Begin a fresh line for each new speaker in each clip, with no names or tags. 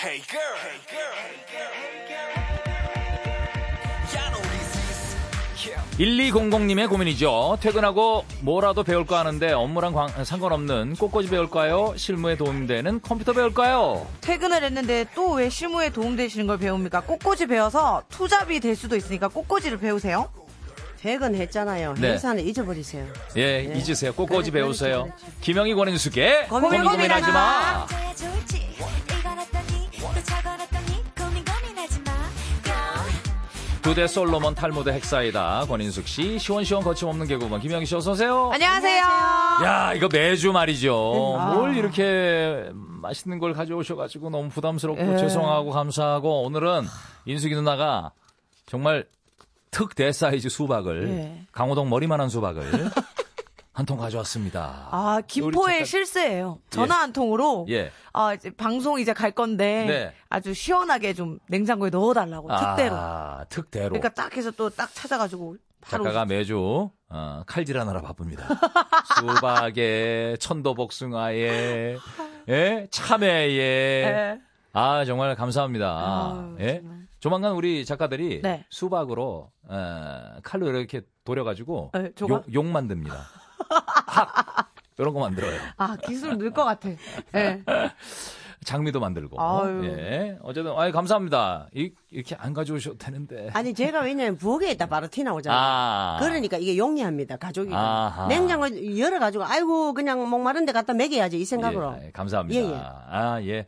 Hey girl. Hey girl. Hey girl. Y'all know this is. Yeah.
1200님의 고민이죠. 퇴근하고 뭐라도 배울까 하는데 업무랑 광- 상관없는 꽃꽂이 배울까요? 실무에 도움되는 컴퓨터 배울까요?
퇴근을 했는데 또 왜 실무에 도움되시는 걸 배웁니까? 꽃꽂이 배워서 투잡이 될 수도 있으니까 꽃꽂이를 배우세요.
퇴근했잖아요.
네.
회사는 잊어버리세요.
예,
예.
잊으세요. 꽃꽂이
그래,
배우세요.
그렇지,
김영희 권인숙의
고민,
고민 고민하지
고민하지
마.
언제 좋을지 이건 어떠니 또 저건 어떠니 고민 고민하지 마 Go
두대 솔로몬 탈모드 핵사이다. 권인숙 씨, 시원시원 거침없는 개그우먼 김영희 씨 어서 오세요.
안녕하세요.
야, 이거 매주 말이죠.
네. 아.
뭘 이렇게 맛있는 걸 가져오셔가지고 너무 부담스럽고
예.
죄송하고 감사하고 오늘은 인숙이 누나가 정말 특대 사이즈 수박을
예.
강호동 머리만한 수박을 한 통 가져왔습니다.
아,
우리
김포의
잠깐-
실세예요. 전화 한 통으로.
예.
아, 이제 방송 이제 갈 건데.
네.
아주 시원하게 좀 냉장고에 넣어달라고. 뭐 특대로.
아, 특대로.
그러니까 딱 해서 또 딱 찾아가지고. 바로.
작가가 매주 어, 칼질하느라 바쁩니다. 수박에 천도복숭아에 예? 참외에
예.
아 정말 감사합니다.
아유,
예? 조만간 우리 작가들이
네.
수박으로 어, 칼로 이렇게 도려가지고
예, 조각?
욕, 욕 만듭니다. 학 이런 거 만들어요.
아, 기술 늘 것 같아. 예.
장미도 만들고.
아유.
예. 어쨌든 아유 감사합니다. 이, 이렇게 안 가져오셔도 되는데.
아니 제가 왜냐면 부엌에 있다 바로 티 나오잖아요.
아.
그러니까 이게 용이합니다. 가족이
아하.
냉장고 열어 가지고 아이고 그냥 목마른데 갖다 먹여야지 이 생각으로.
예, 예, 감사합니다.
예, 예.
아, 예.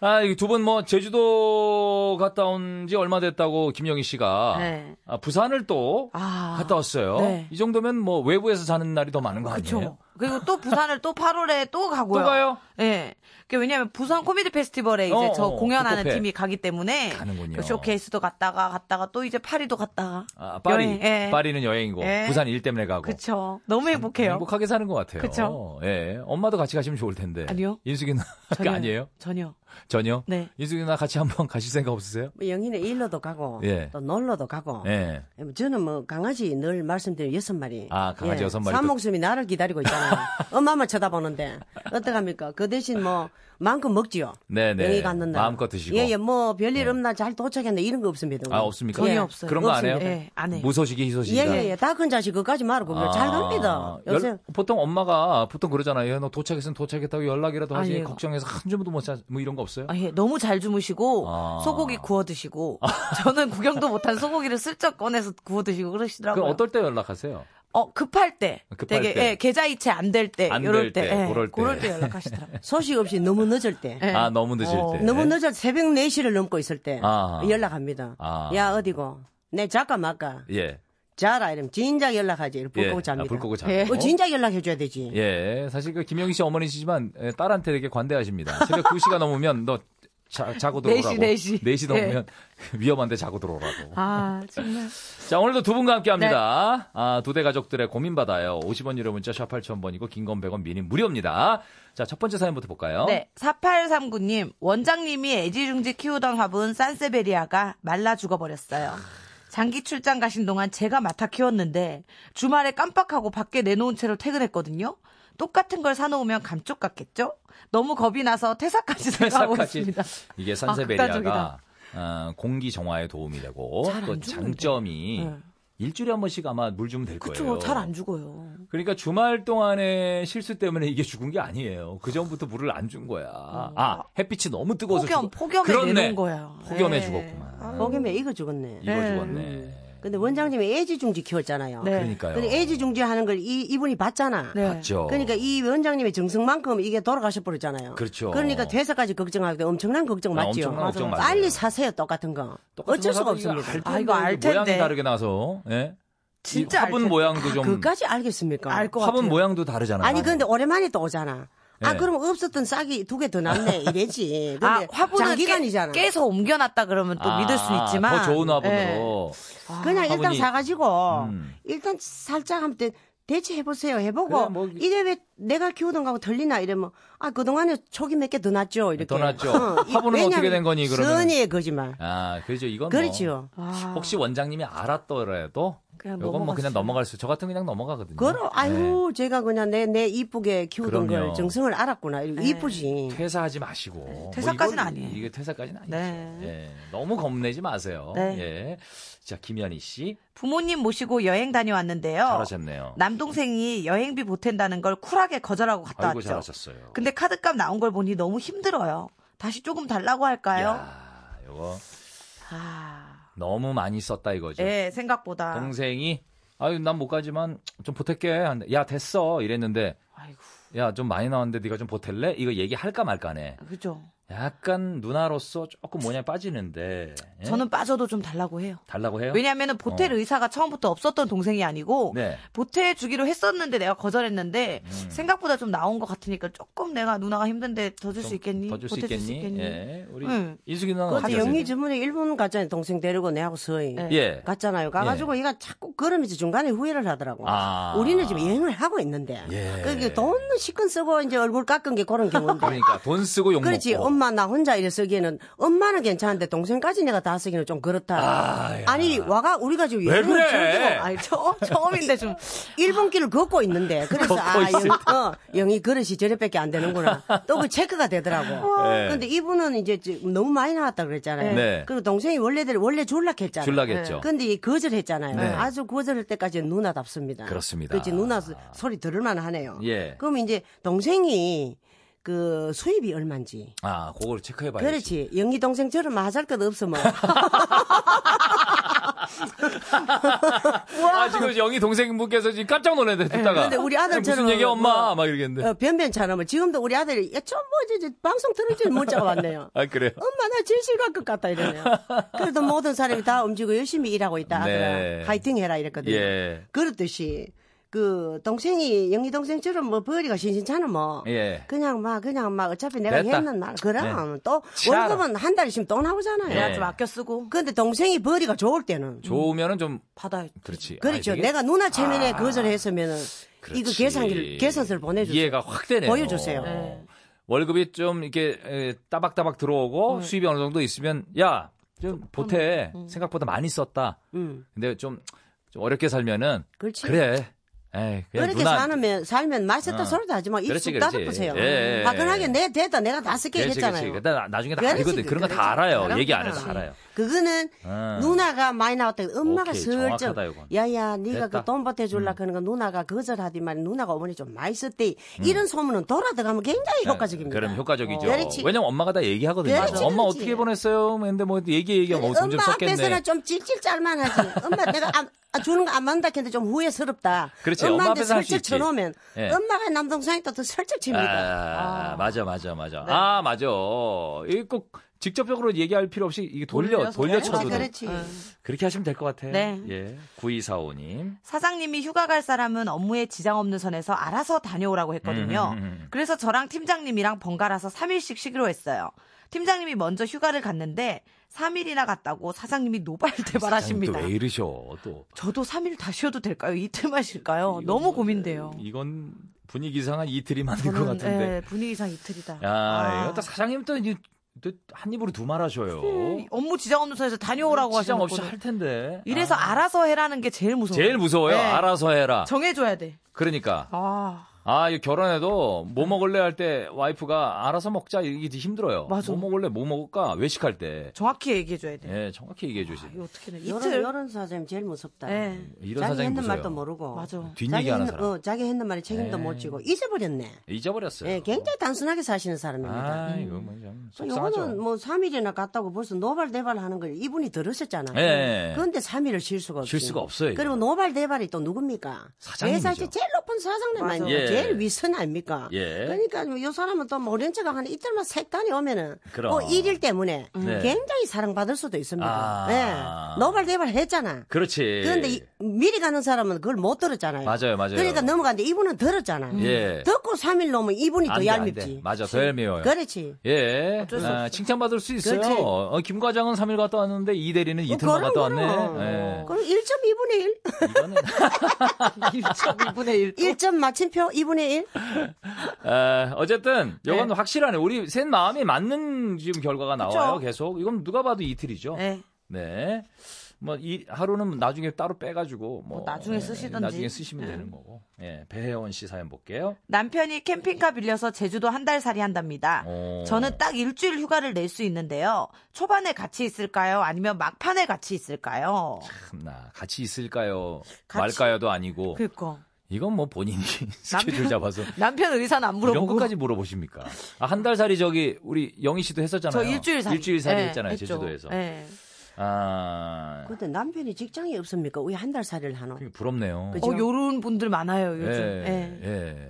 아, 이 두 분 뭐 제주도 갔다 온 지 얼마 됐다고 김영희 씨가
네.
아, 부산을 또
아,
갔다 왔어요.
네.
이 정도면 뭐 외부에서 사는 날이 더 많은 거 아니에요?
그쵸. 그리고 또 부산을 또 8월에 또 가고요.
또 가요?
예. 그 왜냐면 부산 코미디 페스티벌에 이제
어,
저
어,
공연하는
북코페.
팀이 가기 때문에
가는군요.
그 쇼케이스도 갔다가 갔다가 또 이제 파리도 갔다가
아, 파리.
여행, 예.
파리는 여행이고
예.
부산 일 때문에 가고.
그쵸. 너무 행복해요.
행복하게 사는 것 같아요.
그쵸.
예. 엄마도 같이 가시면 좋을 텐데.
아니요.
인숙이 누나
전혀,
아니에요?
전혀.
전혀.
네.
인숙이 누나 같이 한번 가실 생각 없으세요?
뭐 영희는 일로도 가고
예.
또 놀러도 가고.
예.
저는 뭐 강아지 늘 말씀드린 여섯 마리. 예.
아, 강아지 여섯 마리 또-
산목숨이 나를 기다리고 있잖아요. 엄마만 쳐다보는데 어떡합니까? 그 대신 뭐 만큼 먹지요.
네네.
여기 갔는 날.
마음껏 드시고.
예예. 뭐 별일 없나 잘 도착했나 이런 거 없습니다.
아, 없습니까?
전혀 없어요.
그런 거 안 해요?
없습니다. 예, 안 해요.
무소식이 희소식이다.
예예예. 다 큰 자식 그까지 말고 뭐
아,
잘 갑니다.
열-
요새
보통 엄마가 보통 그러잖아요. 야, 너 도착했으면 도착했다고 연락이라도 하지.
아니에요.
걱정해서 한 줌도 못 자. 뭐 이런 거 없어요?
아, 예, 너무 잘 주무시고
아.
소고기 구워 드시고 저는 구경도 못한 소고기를 슬쩍 꺼내서 구워 드시고 그러시더라고요.
그럼 어떨 때 연락하세요?
어 급할 때,
급할
되게
때.
예, 계좌 이체 안 될 때,
안될
이럴 때,
때,
예,
그럴 때.
그럴 때 연락하시더라고요.
소식 없이 너무 늦을 때.
예.
아 너무 늦을
어,
때.
너무 늦어 새벽 4시를 넘고 있을 때
아.
연락합니다.
아.
야 어디고? 내 작가 막가.
예.
자라 이러면 진작 연락하지. 이러면 불
예.
끄고
아,
잡니다.
불 끄고 잡고.
예.
어, 진작 연락해 줘야 되지.
예. 사실 그 김영희 씨 어머니시지만 예, 딸한테 되게 관대하십니다. 새벽 2시가 넘으면 너 자, 자고
네 시,
들어오라고.
네 시. 네.
넘으면 위험한데 자고 들어오라고.
아 정말.
자, 오늘도 두 분과 함께
네.
합니다. 아, 두 대 가족들의 고민 받아요. 50원 유료 문자 샵 8000번이고 긴 건 100원 미니 무료입니다. 자, 첫 번째 사연부터 볼까요?
네, 4839님, 원장님이 애지중지 키우던 화분 산세베리아가 말라 죽어버렸어요. 장기 출장 가신 동안 제가 맡아 키웠는데 주말에 깜빡하고 밖에 내놓은 채로 퇴근했거든요. 똑같은 걸 사놓으면 감쪽 같겠죠? 너무 겁이 나서 퇴사까지 생각하고
회사까지.
있습니다.
이게
아,
산세베리아가
극단적이다.
어, 공기 정화에 도움이 되고
잘안
또
죽는데.
장점이
네.
일주일에 한 번씩 아마 물 주면 될 거예요.
그쵸, 잘 안 죽어요.
그러니까 주말 동안에 실수 때문에 이게 죽은 게 아니에요. 그 전부터 물을 안 준 거야. 아 햇빛이 너무 뜨거워서
폭염,
죽-
폭염에
그렇네.
내놓은 거야.
폭염에
네.
죽었구만.
보겸에 이거 죽었네.
이거
네.
죽었네.
근데 원장님이 애지중지 키웠잖아요.
네.
그러니까요.
근데 애지중지 하는 걸 이, 이분이 봤잖아.
네.
맞죠.
그러니까 이 원장님의 정성만큼 이게 돌아가셔 버렸잖아요.
그렇죠.
그러니까 퇴사까지 걱정하고 엄청난 걱정
아,
맞죠.
엄청난 걱정 맞아요.
빨리 사세요 똑같은 거.
똑같은
어쩔 수가
화분이
없습니다.
알 텐데,
아, 이거 알
이게 모양이
텐데.
다르게 나서 예?
진짜
이
알
화분
텐데.
모양도 좀
그까지 알겠습니까?
알 것
화분
같아요.
모양도 다르잖아요.
아니 근데 오랜만에 또 오잖아. 아
네.
그럼 없었던 싹이 두 개 더 남네 이래지.
아,
근데
화분은
장기간이잖아.
깨, 서 옮겨놨다 그러면 또
아,
믿을 수 있지만.
더 좋은
예.
화분으로
아, 그냥 일단
화분이-
사가지고
음.
일단 살짝 한번 대- 대체해보세요. 해보고
그래, 뭐-
이래 왜 내가 키우던 거하고 틀리나 이러면 아 그동안에 초기 몇 개 더 났죠 이렇게.
더 났죠.
어, 이-
화분은
왜냐면
어떻게 된 거니, 그러면은?
선의의 거짓말.
아 그렇죠 이건 뭐
그렇지요.
아.
혹시 원장님이 알았더라도
그냥
요건 뭐 그냥
넘어갔어요.
넘어갈 수. 저 같은 그냥 넘어가거든요.
그럼 아유 제가 그냥 내 내 이쁘게 키우던
네. 그럼요.
걸 정성을 알았구나. 이쁘지.
네. 퇴사하지 마시고.
음.
뭐
퇴사까지는
이건-
아니에요.
이게 퇴사까지는 아니죠.
네.
예. 너무 겁내지 마세요.
네.
예. 자, 김현희 씨
부모님 모시고 여행 다녀왔는데요.
잘하셨네요.
남동생이 여행비 보탠다는 걸 쿨하게 거절하고 갔다
아이고
왔죠.
잘하셨어요.
근데 카드값 나온 걸 보니 너무 힘들어요. 다시 조금 달라고 할까요?
야, 요거
아,
너무 많이 썼다 이거죠.
예, 생각보다.
동생이 아유 난 못 가지만 좀 보탤게. 하는데, 야 됐어 이랬는데
아이고,
야 좀 많이 나왔는데 네가 좀 보탤래? 이거 얘기할까 말까네.
그죠.
약간 누나로서 조금 뭐냐 빠지는데 예?
저는 빠져도 좀 달라고 해요.
달라고 해요?
왜냐하면 보텔
어.
의사가 처음부터 없었던 동생이 아니고
네. 음.
보태 주기로 했었는데 내가 거절했는데 생각보다 좀 나온 것 같으니까 조금 내가 누나가 힘든데 더 줄 수 있겠니?
더줄 수
보태 줄수
있겠니? 예. 우리
응. 그
인숙이 누나
아, 영희 주문에 일본 갔잖아요. 동생 데리고 내하고 서희
예.
갔잖아요. 가가지고 얘가 자꾸 걸으면서 중간에 후회를 하더라고.
아.
우리는 지금 여행을 하고 있는데.
예.
그게 돈 시큰 쓰고 이제 얼굴 깎은 게 그런 경우인데.
그러니까 돈 쓰고 욕
그렇지.
먹고.
엄마 나 혼자 이래 쓰기에는 엄마는 괜찮은데 동생까지 내가 다 쓰기는 좀 그렇다.
야.
아, 니 와가 우리가 지금
왜
여행을
그래?
즐기고
아니 처, 처음인데 좀
일본 길을 걷고 있는데 그래서
걷고
아
있을
영, 어, 영이 그릇이 저래밖에 안 되는구나 또 그 체크가 되더라고
네.
근데 이분은 이제 지금 너무 많이 나왔다 그랬잖아요
네.
그리고 동생이 원래들 원래 줄락했잖아요
줄락했죠.
근데 이 거절했잖아요
네.
아주 거절할 때까지 누나답습니다
그렇습니다.
그렇지 누나 소- 소리 들을만 하네요
예.
그럼 이제 동생이 그 수입이 얼마인지
아, 그걸 체크해 봐야지.
그렇지. 영희 동생처럼 하잘 것 없으면.
아, 지금 영희 동생분께서 지금 깜짝 놀랐네, 듣다가.
근데 우리 아들처럼
무슨 얘기 엄마?
뭐,
막 이러겠는데.
어, 변변찮으면 지금도 우리 아들이 야, 좀뭐 이제 방송 들을지 문자가 왔네요.
아, 그래요?
엄마 나 진실 갈것 같다 이러네요. 그래도 모든 사람이 다 움직이고 열심히 일하고 있다.
네.
아들아 파이팅 해라 이랬거든요.
예.
그렇듯이 그 동생이 영희 동생처럼 뭐 벌이가 신신찮으면
예.
그냥 막 그냥 막 어차피 내가
됐다.
했는 날 그럼 또
치아라.
월급은 한 달 있으면 또 나오잖아요.
예.
내가 좀 아껴 쓰고
근데 동생이 벌이가 좋을 때는
좋으면은 좀
받아요.
그렇지.
그렇죠.
아, 되게-
내가 누나 체면에
아,
거절했으면은 이거
그렇지.
계산기를 계산서를 보내주세요.
이해가 확 되네요. 어.
보여주세요.
네.
월급이 좀 이렇게 에, 따박따박 들어오고 수입이 어느 정도 있으면 야, 좀 보태. 생각보다 많이 썼다.
음.
근데 좀, 좀 어렵게 살면은
그렇지.
그래. 에이, 그냥
그렇게
누나
사면 살면 맛있다
어.
소리도 하지 마.
그렇지,
입술
그렇지.
다덮으세요
예, 예,
화끈하게
예.
내 대다 내가 다 쓸게
그렇지,
했잖아요.
그렇지. 나, 나중에 다
그렇지,
알거든. 그런 거 다
그렇지.
알아요. 얘기 안 해도
그렇지.
다 알아요.
그거는
음.
누나가 많이 나왔다. 엄마가
오케이,
슬쩍
정확하다, 이건.
야야
됐다.
네가
음.
그 돈 보태줄라 그러는 거 누나가 거절하디만 누나가 어머니 좀 많이 썼대. 이런 소문은 돌아 들어가면 굉장히 효과적입니다.
음. 그럼 효과적이죠.
어. 그렇지.
왜냐면 엄마가 다 얘기하거든요.
그렇지,
엄마
그렇지.
어떻게 보냈어요? 근데 뭐 얘기 얘기하면 어, 돈좀
엄마
썼겠네.
앞에서는 좀 찔찔 짤만 하지. 엄마 내가 안- 아, 주는 거 안 받는다 했는데 좀 후회스럽다.
그렇지, 엄마
엄마한테
앞에서 할수
설득
있지.
쳐놓으면
예.
엄마가 남동생한테 또 설득 칩니다. 네.
아, 맞아, 맞아, 맞아. 아, 맞아. 이꼭 직접적으로 얘기할 필요 없이 이게 돌려
돌려서
돌려
해야지.
쳐도 돼.
그렇지.
아,
그렇게 하시면 될 것 같아요.
네.
예, 구이사오님.
사장님이 휴가 갈 사람은 업무에 지장 없는 선에서 알아서 다녀오라고 했거든요.
음, 음, 음.
그래서 저랑 팀장님이랑 번갈아서 3일씩 쉬기로 했어요. 팀장님이 먼저 휴가를 갔는데 3일이나 갔다고 사장님이 노발대발하십니다.
또왜 이러셔? 또
저도 3일 다 쉬어도 될까요? 이틀만 쉴까요? 너무 고민돼요.
뭐, 이건 분위기 상한 이틀이 맞는 것 같은데.
예, 분위기상 이틀이다.
야,
아.
이거 또 사장님 또 이제 또한 입으로 두 말 하셔요.
네.
업무 지장 없는 선에서 다녀오라고
시장
하시는
없이
거는.
할 텐데.
이래서
아.
알아서 해라는 게 제일 무서워요.
제일 무서워요.
네.
알아서 해라.
정해줘야 돼.
그러니까
아,
아, 이 결혼해도 뭐
음.
먹을래 할 때 와이프가 알아서 먹자 이게 힘들어요.
맞아.
뭐 먹을래? 뭐 먹을까? 외식할 때.
정확히 얘기해줘야 돼.
예, 정확히 얘기해 주시.
이거 어떻게 해?
이런
이틀.
이런 사장님 제일 무섭다.
예.
이런
자기
사장님
했는
무서워요.
말도 모르고.
맞아.
뒷얘기
자기
하는
했는,
사람. 예.
어, 자기 했는 말에 책임도
에이.
못 지고 잊어버렸네.
잊어버렸어요.
예, 굉장히 단순하게 사시는 사람입니다.
아, 이거 뭐좀 속상하죠.
이거는 뭐 3일이나 갔다고 벌써 노발대발 하는 걸 이분이 들으셨잖아요.
예.
그런데 3일을 쉴 수가 없지.
쉴 수가 없어요, 이거.
그리고 노발대발이 또 누굽니까?
사장님이죠.
회사에서 제일 높은 사장님 아닙니까?
예.
제일 위선 아닙니까?
예.
그러니까 이 사람은 또 모른 척 하는 이틀만 색단이 오면은
그럼.
어, 일일 때문에
네.
굉장히 사랑받을 수도 있습니다.
아.
예. 노발대발 했잖아.
그렇지.
그런데 이- 미리 가는 사람은 그걸 못 들었잖아요.
맞아요, 맞아요.
그러니까 넘어갔는데 이분은 들었잖아요.
예.
듣고 3일 넘으면 이분이
안
더
돼, 안 돼.
얄밉지.
맞아, 더 얄미워요.
그렇지.
예, 아, 칭찬받을 수 있어요.
그렇지.
어, 김 과장은 3일 갔다 왔는데 이 대리는
뭐
이틀만
그럼,
갔다 왔네.
그럼.
예.
그럼 1.2분의 1?
이거는
1.2분의 1.
1점 마침표 2분의 1?
에, 어쨌든
네.
이건 확실하네. 우리 셋 마음이 맞는 지금 결과가 나와요. 계속 이건 누가 봐도 이틀이죠.
네.
네. 뭐 이 하루는 나중에 따로 빼가지고 뭐,
뭐 나중에
예,
쓰시든지. 네.
나중에 쓰시면 되는 거고. 예, 배혜원 씨 사연 볼게요.
남편이 캠핑카 빌려서 제주도 한 달 살이 한답니다.
오.
저는 딱 일주일 휴가를 낼 수 있는데요. 초반에 같이 있을까요? 아니면 막판에 같이 있을까요?
참나 같이 있을까요?
같이-
말까요도 아니고
그니까.
이건 뭐 본인이 스케줄 잡아서
남편 의사는 안
이런
물어보고.
것까지 물어보십니까? 아, 한 달 살이 저기 우리 영희 씨도 했었잖아요.
저 일주일 살이.
살이
예,
했잖아요
했죠. 그
제주도에서.
예.
아
근데 남편이 직장이 없습니까? 왜 한 달 살이를 하노?
그게 부럽네요.
그죠?
어, 요런 분들 많아요, 요즘.
예,
예.
예.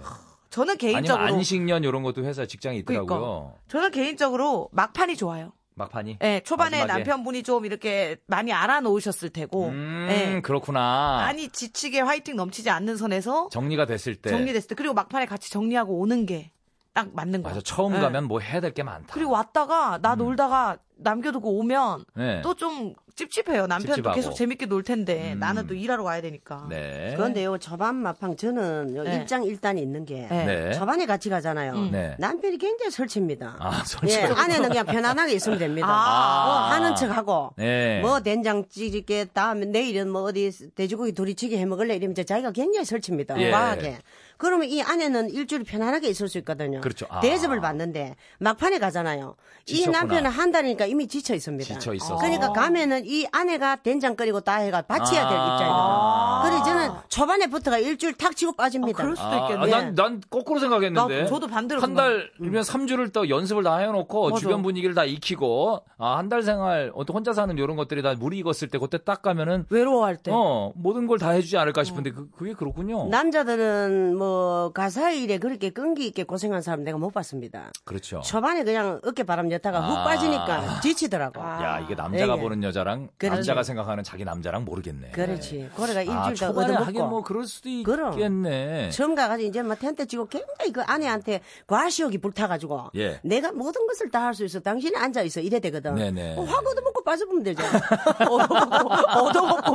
저는
아니면
개인적으로.
안식년 이런 것도 회사 직장이 있더라고요.
그러니까. 저는 개인적으로 막판이 좋아요.
막판이.
예, 초반에
마지막에.
남편분이 좀 이렇게 많이 알아놓으셨을 테고.
음,
예.
그렇구나.
많이 지치게 화이팅 넘치지 않는 선에서
정리가 됐을 때.
정리됐을 때 그리고 막판에 같이 정리하고 오는 게 딱 맞는 거예요.
맞아. 처음
예.
가면 뭐 해야 될 게 많다.
그리고 왔다가 나 놀다가 남겨두고 오면
네.
또 좀 찝찝해요. 남편도
찝찝하고.
계속 재밌게 놀 텐데
음.
나는 또 일하러 가야 되니까.
네.
그런데요, 저반 마팡 저는 요
네.
일장 일단이 있는 게
네.
네.
저반에 같이 가잖아요.
음.
네.
남편이 굉장히 설치입니다.
아,
예,
솔직히.
아내는 그냥 편안하게 있으면 됩니다.
아.
뭐 하는 척 하고,
네.
뭐 된장 찌개, 다음에 내일은 뭐 어디 돼지고기 두리치기 해 먹을래 이러면 이제 자기가 굉장히 설치입니다.
예.
과하게. 그러면 이 아내는 일주일 편안하게 있을 수 있거든요.
그렇죠. 아.
대접을 받는데 막판에 가잖아요. 이
지쳤구나.
남편은 한 달이니까 이미 지쳐 있습니다.
지쳐 있어서.
아.
그러니까 가면은 이 아내가 된장 끓이고 다 해가 바치야 될
아.
입장이거든요. 그래서 저는 초반에 부터가 일주일 탁 치고 빠집니다.
그럴 수도
아,
있겠네.
난, 난 거꾸로 생각했는데.
나 저도 반대로 음.
한 달이면 삼주를또 연습을 다 해놓고
맞아.
주변 분위기를 다 익히고, 아, 한 달 생활, 또 혼자 사는 이런 것들이 다 물이 익었을 때 그때 딱 가면은,
외로워할 때.
어, 모든 걸 다 해주지
어.
않을까 싶은데 그, 그게 그렇군요.
남자들은 뭐 가사 일에 그렇게 끈기 있게 고생한 사람 내가 못 봤습니다.
그렇죠.
초반에 그냥 어깨 바람 였다가 훅
아.
빠지니까 지치더라고.
야, 이게 남자가
예, 예.
보는 여자랑
그러네.
남자가 생각하는 자기 남자랑 모르겠네.
그렇지. 고래가
아,
일주일 더
초반에 하긴
얻어먹고.
뭐 그럴 수도
그럼.
있겠네.
처음 가가지고 이제 막 텐트 치고 굉장히 그 아내한테 과시욕이 불타가지고
예.
내가 모든 것을 다 할 수 있어 당신이 앉아 있어 이래 되거든
네네.
어, 확 얻어먹고 빠져보면 되죠
얻어먹고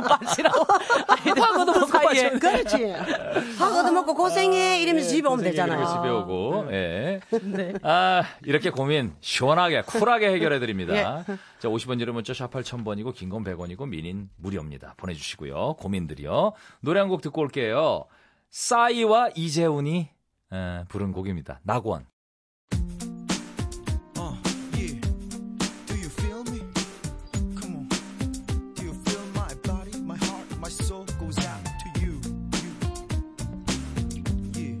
빠지라고.
확 얻어먹고
사이에.
빠져 그렇지 확 얻어먹고 아, 예, 고생해 이러면서 집에 오면
이렇게 집에
되잖아요 음. 네.
오고, 예. 아, 이렇게 고민 시원하게, 쿨하게 해결해
예.
드립니다. 자, 50원 지르 문자 샵 8000번이고, 긴 건 100원이고, 미닌 무료입니다. 보내주시고요. 고민들이요. 노래 한 곡 듣고 올게요. 싸이와 이재훈이 에, 부른 곡입니다. 낙원.
Uh, yeah. Do you feel me? Come on. Do you feel my body, my heart, my soul goes out to you? You. Yeah.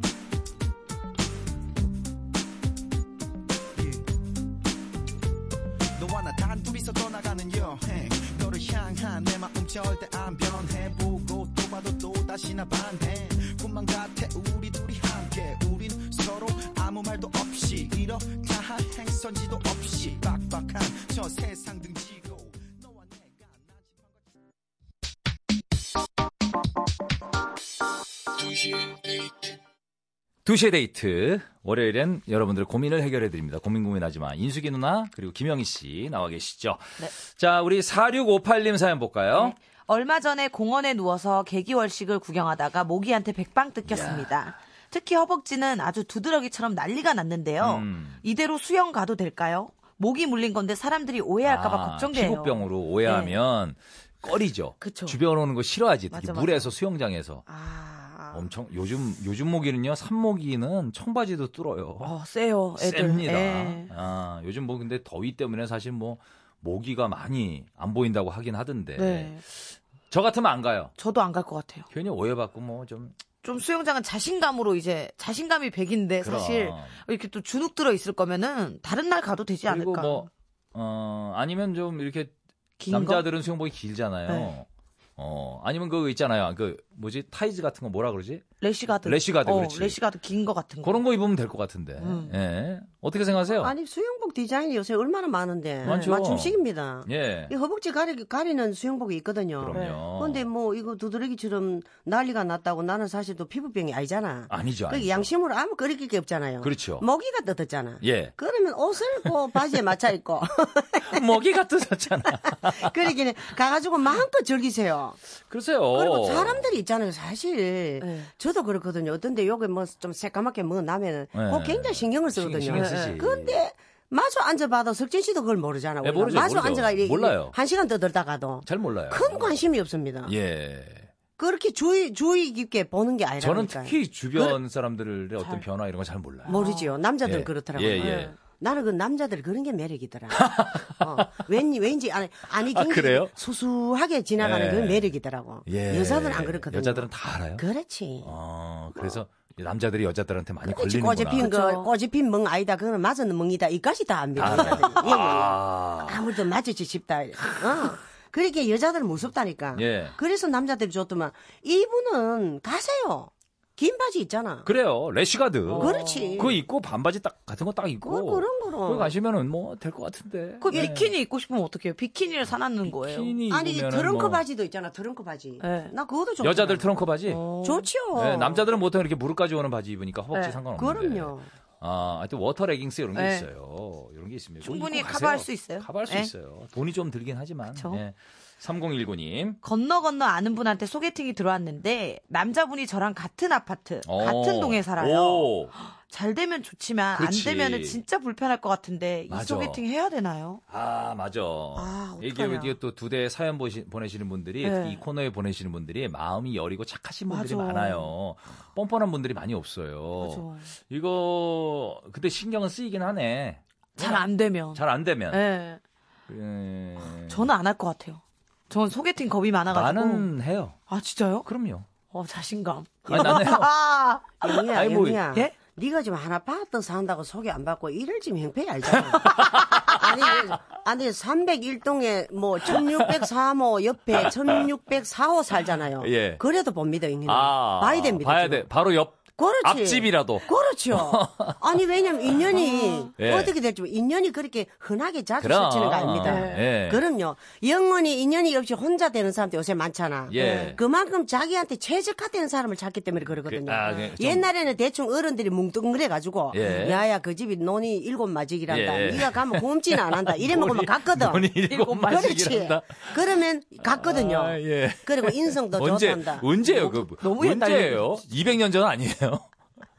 Yeah. 너와 나 단둘이서 떠나가는 여행 너를 향한 내 마음 절대 안 변해 보고 또 봐도 또다시 나 반해 꿈만 같아 우리 둘이 함께 우린 서로 아무 말도 없이 이렇다 한 행선지도 없이 빡빡한 저 세상 등지고 너와 내가 나지만
두시의 데이트. 월요일엔 여러분들의 고민을 해결해 드립니다. 고민 고민하지만 인숙이 누나 그리고 김영희 씨 나와 계시죠.
네.
자, 우리 4658님 사연 볼까요?
네. 얼마 전에 공원에 누워서 개기월식을 구경하다가 모기한테 백방 뜯겼습니다. 특히 허벅지는 아주 두드러기처럼 난리가 났는데요.
음.
이대로 수영 가도 될까요? 모기 물린 건데 사람들이 오해할까봐
아,
걱정돼요. 네.
피부병으로 오해하면 꺼리죠.
그쵸.
주변 오는 거 싫어하지. 특히
맞아, 맞아.
물에서 수영장에서
아,
엄청 요즘 요즘 모기는요. 산모기는 청바지도 뚫어요.
어, 세요. 애들.
셉니다.
예.
아, 요즘 뭐 근데 더위 때문에 사실 뭐 모기가 많이 안 보인다고 하긴 하던데.
네.
저 같으면 안 가요.
저도 안 갈 것 같아요.
괜히 오해받고 뭐좀
좀 수영장은 자신감으로 이제 자신감이 백인데
그럼.
사실 이렇게 또 주눅 들어 있을 거면은 다른 날 가도 되지
그리고
않을까.
뭐 어, 아니면 좀 이렇게
긴
남자들은 수영복이 길잖아요.
네.
어, 아니면 그거 있잖아요. 그 뭐지? 타이즈 같은 거 뭐라 그러지?
래시가드.
래쉬가드,
어,
그렇지.
래시가드 긴 거
음.
같은 거.
그런 거 입으면 될 것 같은데. 예. 어떻게 생각하세요?
음.
네,
아니 수영복 디자인이 요새 얼마나 많은데
많죠.
맞춤식입니다
예.
이 허벅지 가리, 가리는 수영복이 있거든요.
그럼요.
근데 뭐 이거 두드러기처럼 난리가 났다고 나는 사실 또 피부병이 아니잖아.
아니죠.
그
아니죠.
양심으로 아무 거리낄 게 없잖아요.
그렇죠.
먹이가 뜯었잖아.
예.
그러면 옷을 입고 바지에 맞춰 입고
먹이가 뜯었잖아.
그러기는 가가지고 마음껏 즐기세요.
글쎄요.
그리고 사람들이 있잖아요. 사실
네.
저도 그렇거든요. 어떤데 여기 뭐 좀 새까맣게 뭐 나면은
예.
그거 굉장히 신경을 쓰거든요.
신경 쓰지.
근데 마주 앉아봐도 석진 씨도 그걸 모르잖아.
네,
우리가.
모르죠,
마주
모르죠.
앉아가 이렇게
몰라요.
한 시간 떠들다가도
잘 몰라요.
큰 관심이 없습니다.
예.
그렇게 주의 주의 깊게 보는 게 아니라.
저는 특히
그
주변 사람들의 어떤 변화 이런 거 잘 몰라요.
모르지요. 남자들
예.
은 그렇더라고요.
예, 예.
나는 그 남자들 그런 게 매력이더라. 어, 왠지 왠지 아니 아니
아,
굉장히
그래요?
수수하게 지나가는
예.
게 매력이더라고.
예.
여자들은 안 그렇거든요.
여자들은 다 알아요.
그렇지.
어, 그래서 남자들이 여자들한테 많이
그렇지,
걸리는구나.
꽃이 핀 거, 꽃이 핀 멍 아니다. 그거는 맞은 멍이다. 이까지 다 안 믿어. 아. 아무도 맞을지 싶다. 어. 그렇게 여자들 무섭다니까.
예.
그래서 남자들이 좋더만 이분은 가세요. 긴 바지 있잖아.
그래요. 래시가드.
어. 그렇지.
그거 입고 반바지 딱 같은 거 딱 입고.
그- 그런 거로.
거 가시면은 뭐 될 것 같은데. 예.
그 비키니 입고 싶으면 어떡해요? 비키니를 사놨는 거예요.
네. 비키니
아니
입으면은
트렁크
뭐
바지도 있잖아. 트렁크 바지.
예.
나 그것도 좋.
여자들 트렁크 바지.
좋지요.
네, 남자들은 보통 이렇게 무릎까지 오는 바지 입으니까 허벅지
어. 네,
상관없는데.
그럼요.
아, 하여튼 워터 레깅스 이런 게
네.
있어요. 이런 게 있습니다. 이거
충분히
입고
커버할
가세요.
수 있어요.
커버할 수
네.
있어요. 돈이 좀 들긴 하지만. 네.
그쵸.
3019님.
건너 건너 아는 분한테 소개팅이 들어왔는데 남자분이 저랑 같은 아파트, 같은 동에 살아요.
어. 오.
잘 되면 좋지만
그렇지.
안 되면은 진짜 불편할 것 같은데 이
맞아.
소개팅 해야 되나요?
아, 맞아.
아,
이게
어떡하냐.
이게 또 두 대 사연 보시, 보내시는 분들이
네.
특히 이 코너에 보내시는 분들이 마음이 여리고 착하신 분들이
맞아.
많아요. 뻔뻔한 분들이 많이 없어요. 이거 근데 신경은 쓰이긴 하네.
잘 안 되면.
잘 안 되면.
예.
예.
저는 안 할 것 같아요. 저는 소개팅 겁이 많아가지고.
나는 해요.
아 진짜요?
그럼요.
어 자신감.
아니, 나는 해요.
아,
영희야,
아니, 뭐,
영희야.
예?
네가 지금 하나 받던 산다고 소개 안 받고 이럴 지금 행패 알잖아. 아니, 아니 301동에 뭐 1604호 옆에 1604호 살잖아요.
예.
그래도 봅니다, 영희는.
아,
봐야 됩니다.
봐야
지금.
돼. 바로 옆
그렇지.
앞집이라도.
그렇죠. 아니 왜냐면 인연이
예.
어떻게 될지 모르- 인연이 그렇게 흔하게 자주
그럼.
스치는 거 아닙니다.
예.
그럼요. 영원히 인연이 없이 혼자 되는 사람도 요새 많잖아.
예.
그만큼 자기한테 최적화되는 사람을 찾기 때문에 그러거든요.
그- 아, 예, 좀-
옛날에는 대충 어른들이 뭉뚱그래 가지고
예.
야야 그 집이 논이 일곱 마지기란다.
예.
네가 가면 굶지는 안 한다. 이러면 그만 갔거든.
돈이 일곱
그렇지. 어.
마씩이란다.
그러면 갔거든요.
아, 예.
그리고 인성도
언제
좋단다.
언제요? 그
너무 옛날
언제예요? 200년 전 아니에요?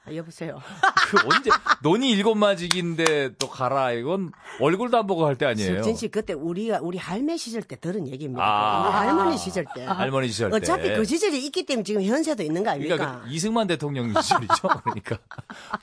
아, 여보세요.
그 언제 논이 일곱 마지기인데 또 가라 이건 얼굴도 안 보고 할 때 아니에요?
석진 씨 그때 우리가 우리 할매 시절 때 들은 얘기입니다.
아.
우리 할머니 시절 때.
할머니 시절 때.
어차피 그 시절이 있기 때문에 지금 현세도 있는 거 아닙니까?
그러니까 그 이승만 대통령 시절이죠. 그러니까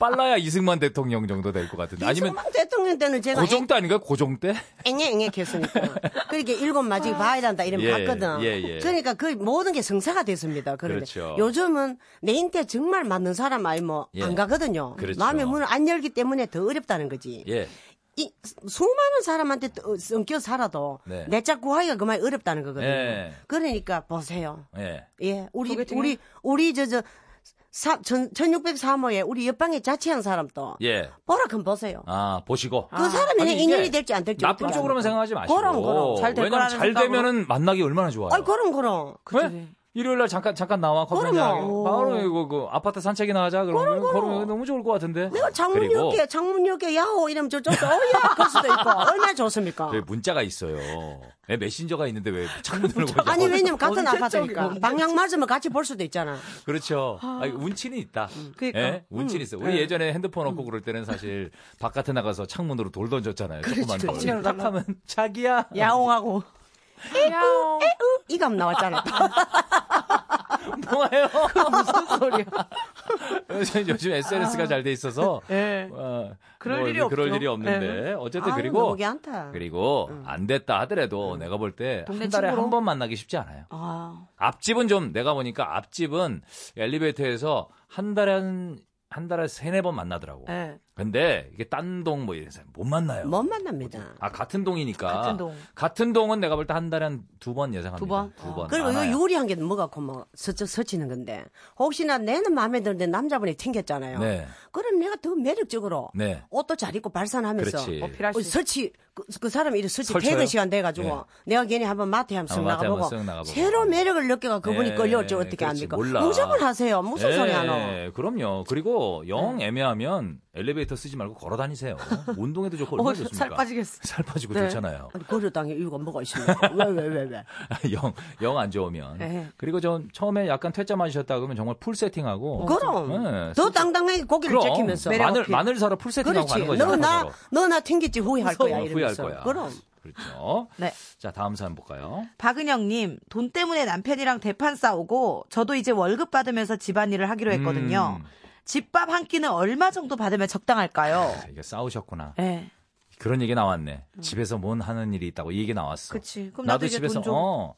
빨라야 이승만 대통령 정도 될 것 같은데 아니면
이승만 대통령 때는 제가
고종 때 아닌가요? 고종 때?
앵앵앵 했으니까. 그렇게 그러니까 일곱 마지 봐야 된다 이러면
예,
봤거든.
예, 예.
그러니까 그 모든 게 성사가 됐습니다. 그런데
그렇죠.
요즘은 내 인태 정말 맞는 사람 아니 뭐 안
예.
가거든요.
그렇죠.
마음의 문을 안 열기 때문에 더 어렵다는 거지.
예.
이 수많은 사람한테 또 성격 살아도
네.
내 짝 구하기가 그만 어렵다는 거거든요.
예.
그러니까 보세요.
예.
예, 우리
소개팅에?
우리 우리 저저 사, 천, 1603호에 우리 옆방에 자취한 사람도
예.
보라 큰 보세요.
아, 보시고.
그 사람이
아니,
그냥
이게
인연이 될지 안 될지
나쁜
어떻게
쪽으로만
압니까?
생각하지 마시고. 어.
그럼, 그럼.
잘될
왜냐면
거라는
잘
생각으로.
되면은 만나기 얼마나 좋아요.
아이 그럼 그럼.
네? 일요일 날 잠깐 잠깐 나와 커피
그럼요.
한잔 하고 바로 이거 그 아파트 산책이나 하자 그러면 걸으면 너무 좋을 것 같은데.
내가 창문
그리고
이렇게 창문 이렇게 야호 이러면 저쪽서 어야 그럴 수도 있고 얼마나 좋습니까?
저희 문자가 있어요. 네, 메신저가 있는데 왜 창문으로 보냐?
아니 왜냐면 같은 아파트니까
언제적이고,
방향 맞으면 같이 볼 수도 있잖아. 음.
그렇죠. 아니, 운치는 있다.
그러니까.
예? 운치는 있어.
네.
우리 예전에 핸드폰 없고 그럴 때는 사실 바깥에 나가서 창문으로 돌 던졌잖아요. 조그만
그렇죠.
걸.
창문으로
딱 하면 자기야.
야옹하고. 야옹.
이감 나왔잖아.
뭐예요?
무슨 소리야?
요즘, 요즘 SNS가 잘 돼 있어서
예.
어,
그럴
뭐
일이
그럴
없죠. 네.
일이 없는데 어쨌든
아유,
그리고
너무 귀찮다.
그리고 안 됐다 하더라도 내가 볼 때 한
음. 동네
달에
친구로?
한 번 만나기 쉽지 않아요.
아,
앞집은 좀 내가 보니까 앞집은 엘리베이터에서 한 달에 한, 한 달에 세네 번 만나더라고.
예.
근데 이게 딴 동 뭐 이런 사람 못 만나요.
못 만납니다.
아 같은 동이니까
같은 동.
같은 동은 내가 볼 때 한 달에 한 두 번 예상합니다.
두 번?
두 번.
그리고
많아요. 네.
요 요리한 게 뭐가고 뭐 서쳐 서치는 건데 혹시나 내는 마음에 드는데 남자분이 튕겼잖아요.
네.
그럼 내가 더 매력적으로
네.
옷도 잘 입고 발산하면서
그렇지.
어필할 수
어,
있어.
설치 그, 그 사람이 이렇게 설치
설쳐요?
퇴근 시간 돼가지고
예.
내가 괜히 한번 마트에 한번 쓱
한번 마트에
나가보고,
한번 쓱 나가보고.
새로 매력을 느껴가 그분이
예,
끌려올지 어떻게
그렇지,
합니까?
몰라.
무조건 하세요. 무슨
예,
소리 하노? 네.
그럼요. 그리고 영 애매하면 엘리베이터 쓰지 말고 걸어 다니세요. 운동에도 좋고 얼마나
어, 살
좋습니까?
빠지겠어.
살 빠지고
네.
좋잖아요.
아니, 고려 당에 이유가 뭐가 있습니까? 왜, 왜, 왜, 왜?
영, 영 안 좋으면.
네.
그리고 전 처음에 약간 퇴짜 맞으셨다 그러면 정말 풀 세팅하고.
어, 그럼.
네,
더 당당하게 고기를
그럼.
제키면서.
매력
마늘,
어필.
마늘 사러 풀 세팅하고
그렇지.
가는 거죠.
너 나,
서로.
너 나 튕기지 후회할 거야.
어, 후회할
이러면서.
거야.
그럼.
그렇죠.
네.
자, 다음 사연 볼까요?
박은영님, 돈 때문에 남편이랑 대판 싸우고, 저도 이제 월급 받으면서 집안일을 하기로 했거든요.
음.
집밥 한 끼는 얼마 정도 받으면 적당할까요?
아, 이게 싸우셨구나.
예.
그런 얘기 나왔네. 집에서 뭔 하는 일이 있다고 이 얘기 나왔어.
그치. 그럼 나도 이제
집에서
돈 좀-
어.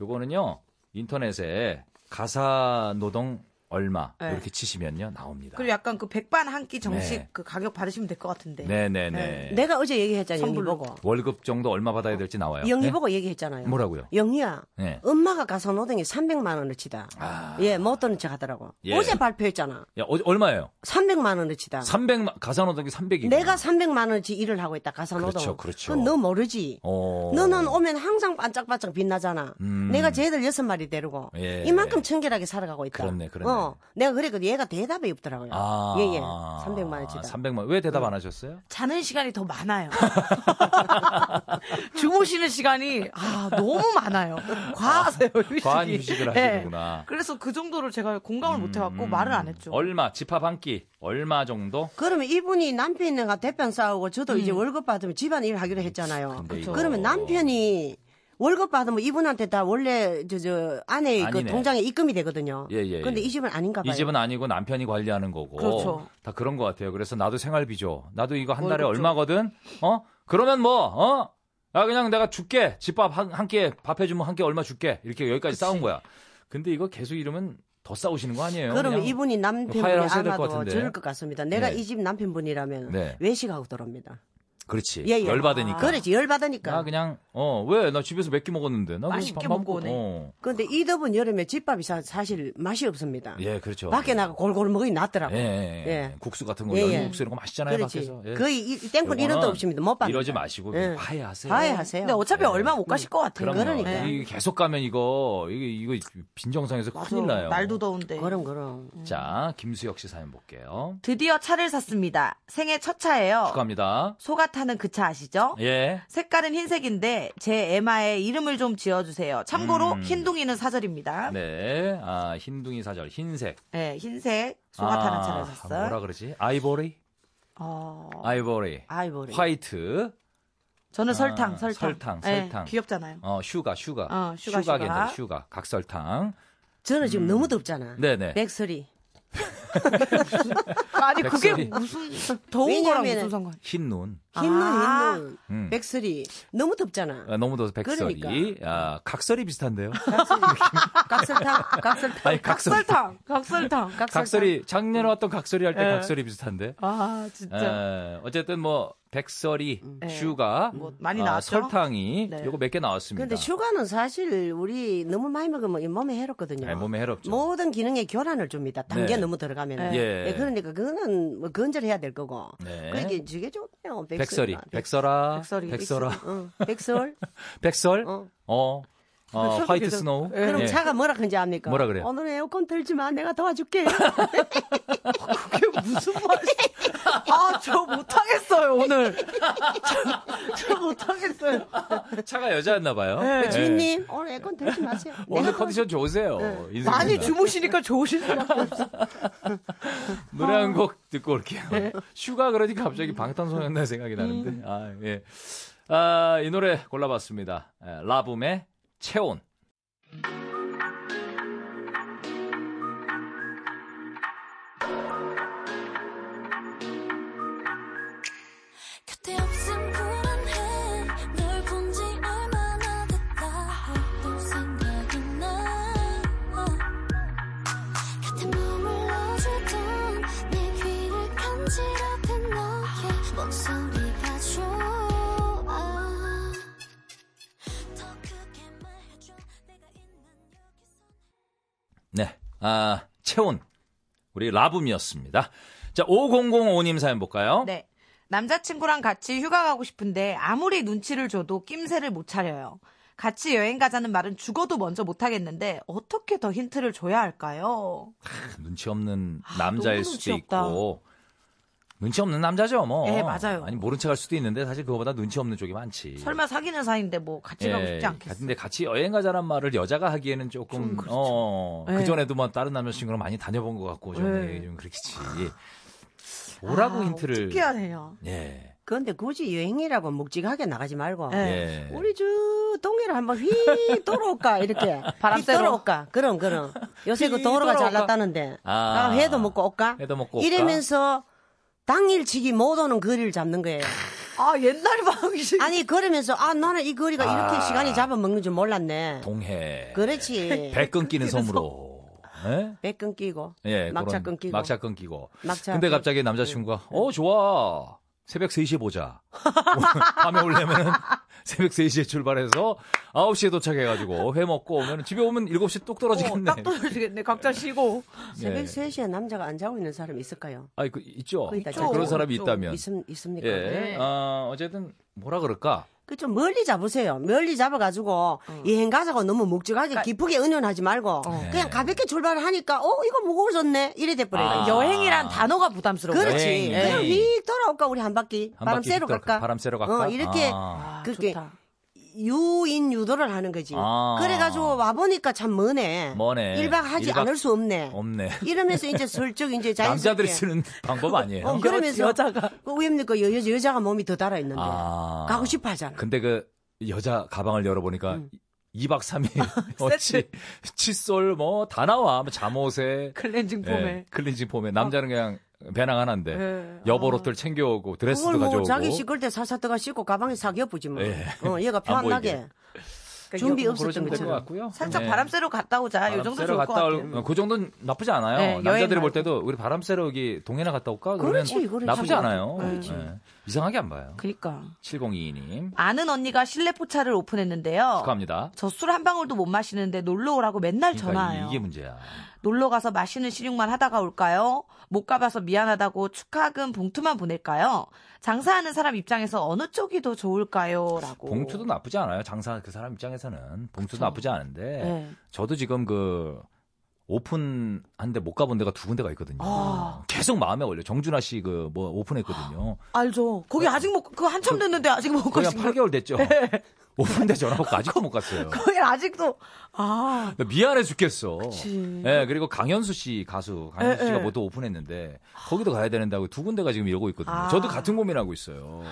요거는요. 인터넷에 가사 노동 얼마
네.
이렇게 치시면요 나옵니다.
그리고 약간 그 백반 한 끼 정식
네.
그 가격 받으시면 될 것 같은데.
네네네.
내가 어제 얘기했잖아, 영희
선불로.
보고.
월급 정도 얼마 받아야 될지 나와요.
영희
네?
보고 얘기했잖아요.
뭐라고요?
영희야,
네.
엄마가 가사 노동이 300만 원어치다. 예, 못 들은 척 하더라고.
아. 예.
어제 발표했잖아.
야, 어, 얼마예요?
300만 원어치다.
300만 가사 노동이 300이고.
내가 300만 원어치 일을 하고 있다, 가사 노동.
그렇죠, 그렇죠.
건너 모르지.
어.
너는 오면 항상 반짝반짝 빛나잖아. 내가 쟤들 여섯 마리 데리고
음. 예.
이만큼 청결하게 살아가고 있다.
그렇네, 그렇네.
어, 내가 그랬거든. 얘가 대답이 없더라고요.
아.
예, 예. 300만 원치다.
300만. 왜 대답 안 하셨어요?
자는 시간이 더 많아요. 주무시는 시간이 아 너무 많아요. 과하세요 휴식이.
과한 휴식을
예.
하시는구나. 음,
그래서 그 정도로 제가 공감을 못해갖고 말을 안 했죠.
얼마 집합 한 끼 얼마 정도?
그러면 이분이 남편과 대판 싸우고 저도 이제 월급 받으면 집안 일 하기로 했잖아요.
음. 근데 이거-
그러면 남편이 월급 받으면 이분한테 다 원래 저, 저 아내의 그
아니네.
통장에 입금이 되거든요.
예, 예,
근데
예.
이 집은 아닌가 봐요.
이 집은 아니고 남편이 관리하는 거고
그렇죠.
다 그런 것 같아요. 그래서 나도 생활비 줘. 나도 이거 한 달에
월급 줘.
얼마거든. 어? 그러면 뭐 어? 야 그냥 내가 줄게. 집밥 한, 한 끼에 밥 해주면 한 끼에 얼마 줄게. 이렇게 여기까지 싸운 거야. 근데 이거 계속 이러면 더 싸우시는 거 아니에요?
그러면
그냥
이분이 남편분이
화해를 하셔야 될것
아마도
같은데.
저럴 것 같습니다. 내가
네.
이 집 남편분이라면
네.
외식하고 들어옵니다.
그렇지.
예, 예.
열 받으니까.
그렇지 열 받으니까.
나 그냥 어 왜 나 집에서 몇 끼 먹었는데 나
맛있게 먹고 오네.
어.
근데 이 더운 여름에 집밥이 사, 실 맛이 없습니다.
예 그렇죠.
밖에 나가 골고루 먹이 낫더라고.
예, 예, 예.
예.
국수 같은 거
예, 예.
연국수 이런 거 맛있잖아요
그렇지.
밖에서. 예.
거의 이, 이 땡볕 이런 데
요거는
없습니다. 못 받아.
이러지 마시고
예.
화해하세요.
화해하세요.
근데 어차피 얼마 못 가실 것 같아요.
예.
예.
그럼요.
그러니까.
네, 이 계속 가면 이거 이거 이거 빈정상에서 큰일 나요.
날도 더운데.
그럼 그럼.
자 김수혁 씨 사연 볼게요.
드디어 차를 샀습니다. 생애 첫 차예요.
축하합니다.
소가 타는 그 차 아시죠?
예.
색깔은 흰색인데 제 에마에 이름을 좀 지어주세요. 참고로 흰둥이는 사절입니다. 네.
음. 네. 아 흰둥이 사절 흰색.
흰색 소가
아,
타는 차를 샀어요.
뭐라 그러지? 아이보리,
어,
아이보리,
아이보리.
화이트,
저는
아,
설탕, 설탕,
설탕,
예,
설탕.
귀엽잖아요.
어 슈가, 슈가,
어, 슈가, 슈가.
괜찮아, 슈가, 각설탕.
저는 지금 너무 덥잖아.
음. 네네.
백설이.
아니
백설이.
그게 무슨 더운 거랑
왜냐면은
무슨 상관?
흰 눈.
흰눈
아.
흰눈.
음.
백설이. 너무 덥잖아.
아, 너무 더워서 백설이.
그러니까.
아, 각설이 비슷한데요.
각설탕. 각설탕.
아니 각설.
설탕, 각설탕. 네.
각설이 작년에 왔던 각설이 할 때 각설이 비슷한데.
아 진짜.
에, 예. 어쨌든 뭐 백설이, 슈가,
뭐 많이
아,
나왔죠?
설탕이
네.
요거 몇 개 나왔습니다.
근데 슈가는 사실 우리 너무 많이 먹으면 이 몸에 해롭거든요.
네, 몸에 해롭죠.
모든 기능에 교란을 줍니다. 단계
네.
너무 들어가면.
예.
그러니까 그거는 뭐 건절해야 될 거고.
네.
그러니까 저게 좋네요.
백설이, 백설아,
백설아.
백설이,
백설아,
어, 백설.
백설, 어,
어.
어, 화이트 스노우.
네. 그럼
예.
차가 뭐라 그런지 압니까?
뭐라 그래요?
오늘 에어컨 틀지 마. 내가 도와줄게.
그게 무슨 말이? 아저 못하겠어요 오늘. 저, 저 못하겠어요.
차가 여자였나 봐요. 예.
네. 주인님, 오늘 에어컨 틀지 마세요.
오늘
내가 뭐
컨디션 좋으세요. 인생
많이
좋다.
주무시니까 좋으실 수밖에 없어.
노래 한 곡 듣고 올게요. 슈가 그러니까 갑자기 방탄소년단 생각이 나는데. 아, 예. 아, 이 노래 골라봤습니다. 예, 라붐의 체온.
곁에 없음 불안해 널 본 지 얼마나 됐다 또 생각이 나 곁에 머물러 주던 내 귀를 간지럽힌 너의 목소리가 좋아 더 크게 말해줘 내가 있는 여기서
네. 아, 체온. 우리 라붐이었습니다. 자, 5005님 사연 볼까요?
네. 남자친구랑 같이 휴가 가고 싶은데 아무리 눈치를 줘도 낌새를 못 차려요. 같이 여행 가자는 말은 죽어도 먼저 못 하겠는데 어떻게 더 힌트를 줘야 할까요?
눈치 없는 남자일
아, 너무
수도
눈치 없다.
있고 눈치 없는 남자죠, 뭐.
예, 맞아요.
아니 모른 척할 수도 있는데 사실 그거보다 눈치 없는 쪽이 많지.
설마 사귀는 사이인데 뭐 같이 가고 싶지 않겠어.
네. 예, 근데 같이 여행 가자란 말을 여자가 하기에는 조금 어,
예.
그 전에도 뭐 다른 남자친구랑 많이 다녀본 것 같고 좀,
예.
예, 좀 그렇겠지. 뭐라고
아,
힌트를
어떻게 해야 돼요?
예.
그런데 굳이 여행이라고 묵직하게 나가지 말고
네.
예.
우리 저 동해를 한번 휘 돌아올까 이렇게
바람
휘
쐬러.
돌아올까 그럼 그럼 요새 그
휘
도로가
돌아올까?
잘났다는데
아.
나 회도 먹고 올까
회도 먹고 올까?
이러면서 당일치기 못 오는 거리를 잡는 거예요
아 옛날 방식.
아니 그러면서 아 나는 이 거리가
그러니까. 아.
이렇게 시간이 잡아먹는 줄 몰랐네
동해.
그렇지
배 끊기는 섬으로. 예?
배 끊기고
예, 그런-
막차 끊기고 그 네.
막차 끊기고.
막차
근데
끊-
갑자기 남자친구가 어 좋아 새벽 3시에 보자. 밤에 오려면 새벽 3시에 출발해서 9시에 도착해가지고 회 먹고 오면 집에 오면 7시 똑
어,
떨어지겠네.
딱 떨어지겠네. 각자 쉬고.
새벽
예.
3시에 남자가 안 자고 있는 사람이 있을까요?
아이 그 있죠.
그 있다,
그런
있죠.
사람이
있죠.
있다면.
있, 있습니까? 네.
예. 어, 어쨌든 뭐라 그럴까?
그 좀 멀리 잡으세요. 멀리 잡아가지고 여행 가자고 너무 묵직하게 깊게 은연하지 말고 그냥 가볍게 출발을 하니까 어 이거 무거워졌네 이래 돼버려요.
네. 아.
여행이란 단어가 부담스러워.
그렇지.
여행이.
그냥 휙 돌아올까 우리 한 바퀴
한
바람
바퀴
쐬러
휘돌-
갈까?
바람 쐬러 갈까?
어, 이렇게
아.
아,
그게
좋다.
유인 유도를 하는 거지.
아.
그래가지고 와 보니까 참 머네.
머네.
일박 하지
일박-
않을 수 없네.
없네.
이러면서 이제 슬쩍 이제 자연스럽게
남자들이 쓰는 방법 아니에요.
어, 그러면서
여자가.
그 왜입니까 여, 여, 여자가 몸이 더 달아 있는데
아.
가고 싶어하잖아.
근데 그 여자 가방을 열어보니까
음.
2박
아,
3일 어찌 칫솔 뭐 다 나와 뭐 잠옷에
클렌징 그 폼에. 어.
예, 클렌징 폼에 남자는 그냥 배낭 하나인데
예.
네. 여보옷들 챙겨오고 드레스도
그걸 뭐
가져오고
자기 씻을 때 사사뜨가 씻고 가방에 사겨보지 뭐.
예.
어, 얘가
안
편하게
그러니까
준비
여-
뭐
없었던
그러시면 될 것
것처럼.
같고요.
살짝
예.
바람 쐬러 갔다 오자. 요
바람
정도
쐬러
좋을 것
갔다
같아요.
올- 어, 그 정도는 나쁘지 않아요.
네, 여행
남자들이
말고.
볼 때도 우리 바람 쐬러 여기 동해나 갔다 올까? 그러면
그렇지, 그렇지.
나쁘지 않아요.
그렇지.
예. 이상하게 안 봐요.
그니까.
7022님
아는 언니가 실내포차를 오픈했는데요.
축하합니다.
저 술 한 방울도 못 마시는데 놀러 오라고 맨날
그러니까
전화해요.
이게 문제야.
놀러 가서 맛있는 시늉만 하다가 올까요? 못 가봐서 미안하다고 축하금 봉투만 보낼까요? 장사하는 사람 입장에서 어느 쪽이 더
어.
좋을까요?라고.
봉투도 나쁘지 않아요. 장사 그 사람 입장에서는 봉투도 나쁘지 않은데
네.
저도 지금 그 오픈 한데 못 가본 데가 두 군데가 있거든요.
아.
계속 마음에 걸려. 정준하 씨 그 뭐 오픈했거든요.
아.
알죠. 거기 아직 못 그거 한참 됐는데 아직 못
네. 거의
가신
한 8개월 됐죠.
네.
오픈돼 전화 받고 아직도 못 갔어요.
그,
거기 아직도 아
나 미안해 죽겠어.
그치.
예, 그리고 강현수 씨 가수 강현수
네,
예,
씨가
예.
뭐또 오픈했는데 거기도 가야 되는다고 두 군데가 지금 이러고 있거든요.
아.
저도 같은 고민하고 있어요.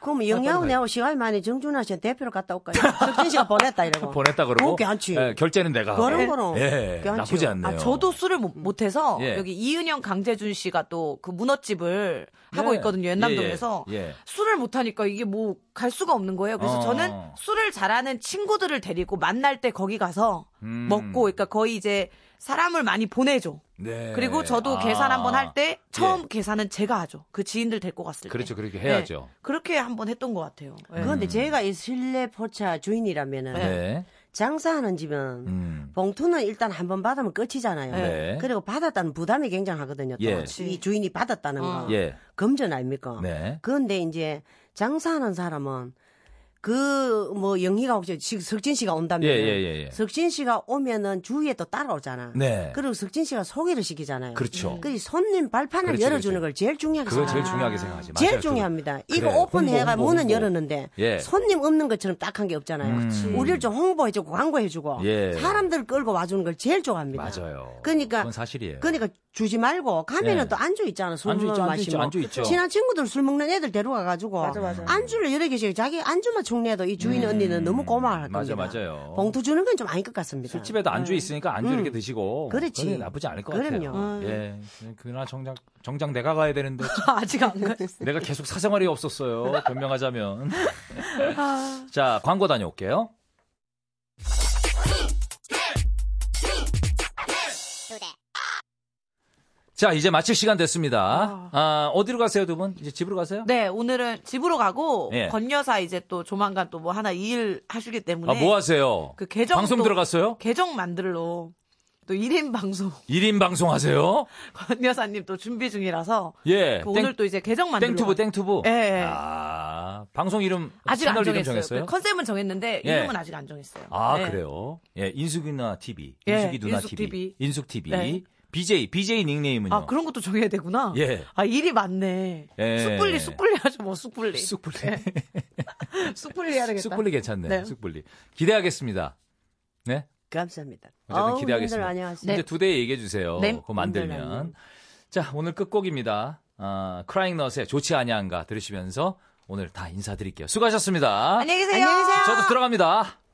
그럼 영양우 내고 시간이 많이 정준하 씨 대표로 갔다 올까요? 석진 씨가 보냈다 이러고.
보냈다 그러고
어, 괜찮지.
예, 결제는 내가 하고.
그런 거는
예,
괜찮지요.
나쁘지 않네요.
아, 저도 술을 못- 못해서
예.
여기 이은영 강재준 씨가 또 그 문어집을
예.
하고 있거든요 연남동에서
예, 예.
술을 못하니까 이게 뭐 갈 수가 없는 거예요 그래서
어.
저는 술을 잘하는 친구들을 데리고 만날 때 거기 가서
음.
먹고 그러니까 거의 이제 사람을 많이 보내줘
네.
그리고
아.
저도 계산 한번 할 때 처음
예.
계산은 제가 하죠 그 지인들 데리고 갔을
그렇죠,
때
그렇게 해야죠.
예. 그렇게 한번 했던 것 같아요 예.
그런데 제가 이 실내 포차 주인이라면은
음. 네.
장사하는 집은
음.
봉투는 일단 한 번 받으면 끝이잖아요.
네.
그리고 받았다는 부담이 굉장하거든요. 또.
예.
그렇지.
이 주인이 받았다는 거.
예.
금전 아닙니까?
네.
그런데 이제 장사하는 사람은 그 뭐 영희가 혹시 지- 석진 씨가 온다면
예, 예, 예, 예.
석진 씨가 오면은 주위에 또 따라오잖아.
네.
그리고 석진 씨가 소개를 시키잖아요.
그렇죠.
그 손님 발판을
그렇지, 그렇지.
열어주는 걸 제일 중요하게
그걸 제일
생각해요.
중요하게 생각하지.
제일
맞아요.
중요합니다.
그래,
이거 오픈해가
홍보,
문은
홍보.
열었는데
예.
손님 없는 것처럼 딱 한 게
음.
없잖아요. 우리를 좀 홍보해주고 광고해주고
예.
사람들 끌고 와주는 걸 제일 좋아합니다.
맞아요.
그러니까
그건 사실이에요.
그러니까 주지 말고 가면은
예.
또 안주 있잖아. 술
안주 있죠,
먹는
안주 있죠,
마시면
안주 있죠.
친한 친구들 술 먹는 애들 데려가가지고 안주를 여러 개씩 자기 안주만 총리해도 이 주인 언니는 너무 고마워할
음. 맞아,
겁니다.
맞아요.
봉투 주는 건 좀 아닌 것 같습니다.
술집에도 안주 있으니까 안주 이렇게 드시고.
그렇지.
그건 나쁘지 않을 것
그럼요.
같아요. 예. 그나 정작, 정작 내가 가야 되는데 참
아직 안 갔어요
내가 계속 사생활이 없었어요. 변명하자면. 자, 광고 다녀올게요. 자, 이제 마칠 시간 됐습니다. 아, 어디로 가세요, 두 분? 이제 집으로 가세요?
네, 오늘은 집으로 가고
예.
권 여사 이제 또 조만간 또 뭐 하나 일 하시기 때문에
아, 뭐 하세요?
네. 그 계정
방송
또-
들어갔어요?
계정 만들러 또 1인 방송
1인 방송 하세요?
권 여사님 또 준비 중이라서
예.
그 오늘 또 이제 계정 만들러
땡튜브,
가-
땡튜브.
예, 예.
아, 방송 이름,
아직 안
채널 이름
정했어요.
정했어요?
그 컨셉은 정했는데
예.
이름은 아직 안 정했어요.
아
예.
그래요? 예, 인숙이 누나 TV,
예,
인숙이 누나
인숙
TV,
TV.
인숙 TV,
네.
BJ, BJ 닉네임은요.
아, 그런 것도 정해야 되구나.
예.
아, 일이 많네.
예.
쑥불리, 쑥불리 하죠, 뭐, 쑥불리.
쑥불리.
쑥불리 해야 되겠다.
쑥불리 괜찮네.
네.
쑥불리. 기대하겠습니다. 네.
감사합니다.
어쨌든
어우,
기대하겠습니다.
님들 안녕하세요.
이제 두 대 얘기해 주세요.
네.
그거 만들면.
만들면.
자, 오늘 끝곡입니다. 아, 크라잉넛의 좋지 아니한가 들으시면서 오늘 다 인사드릴게요. 수고하셨습니다.
안녕히 계세요.
안녕히 계세요.
저도 들어갑니다.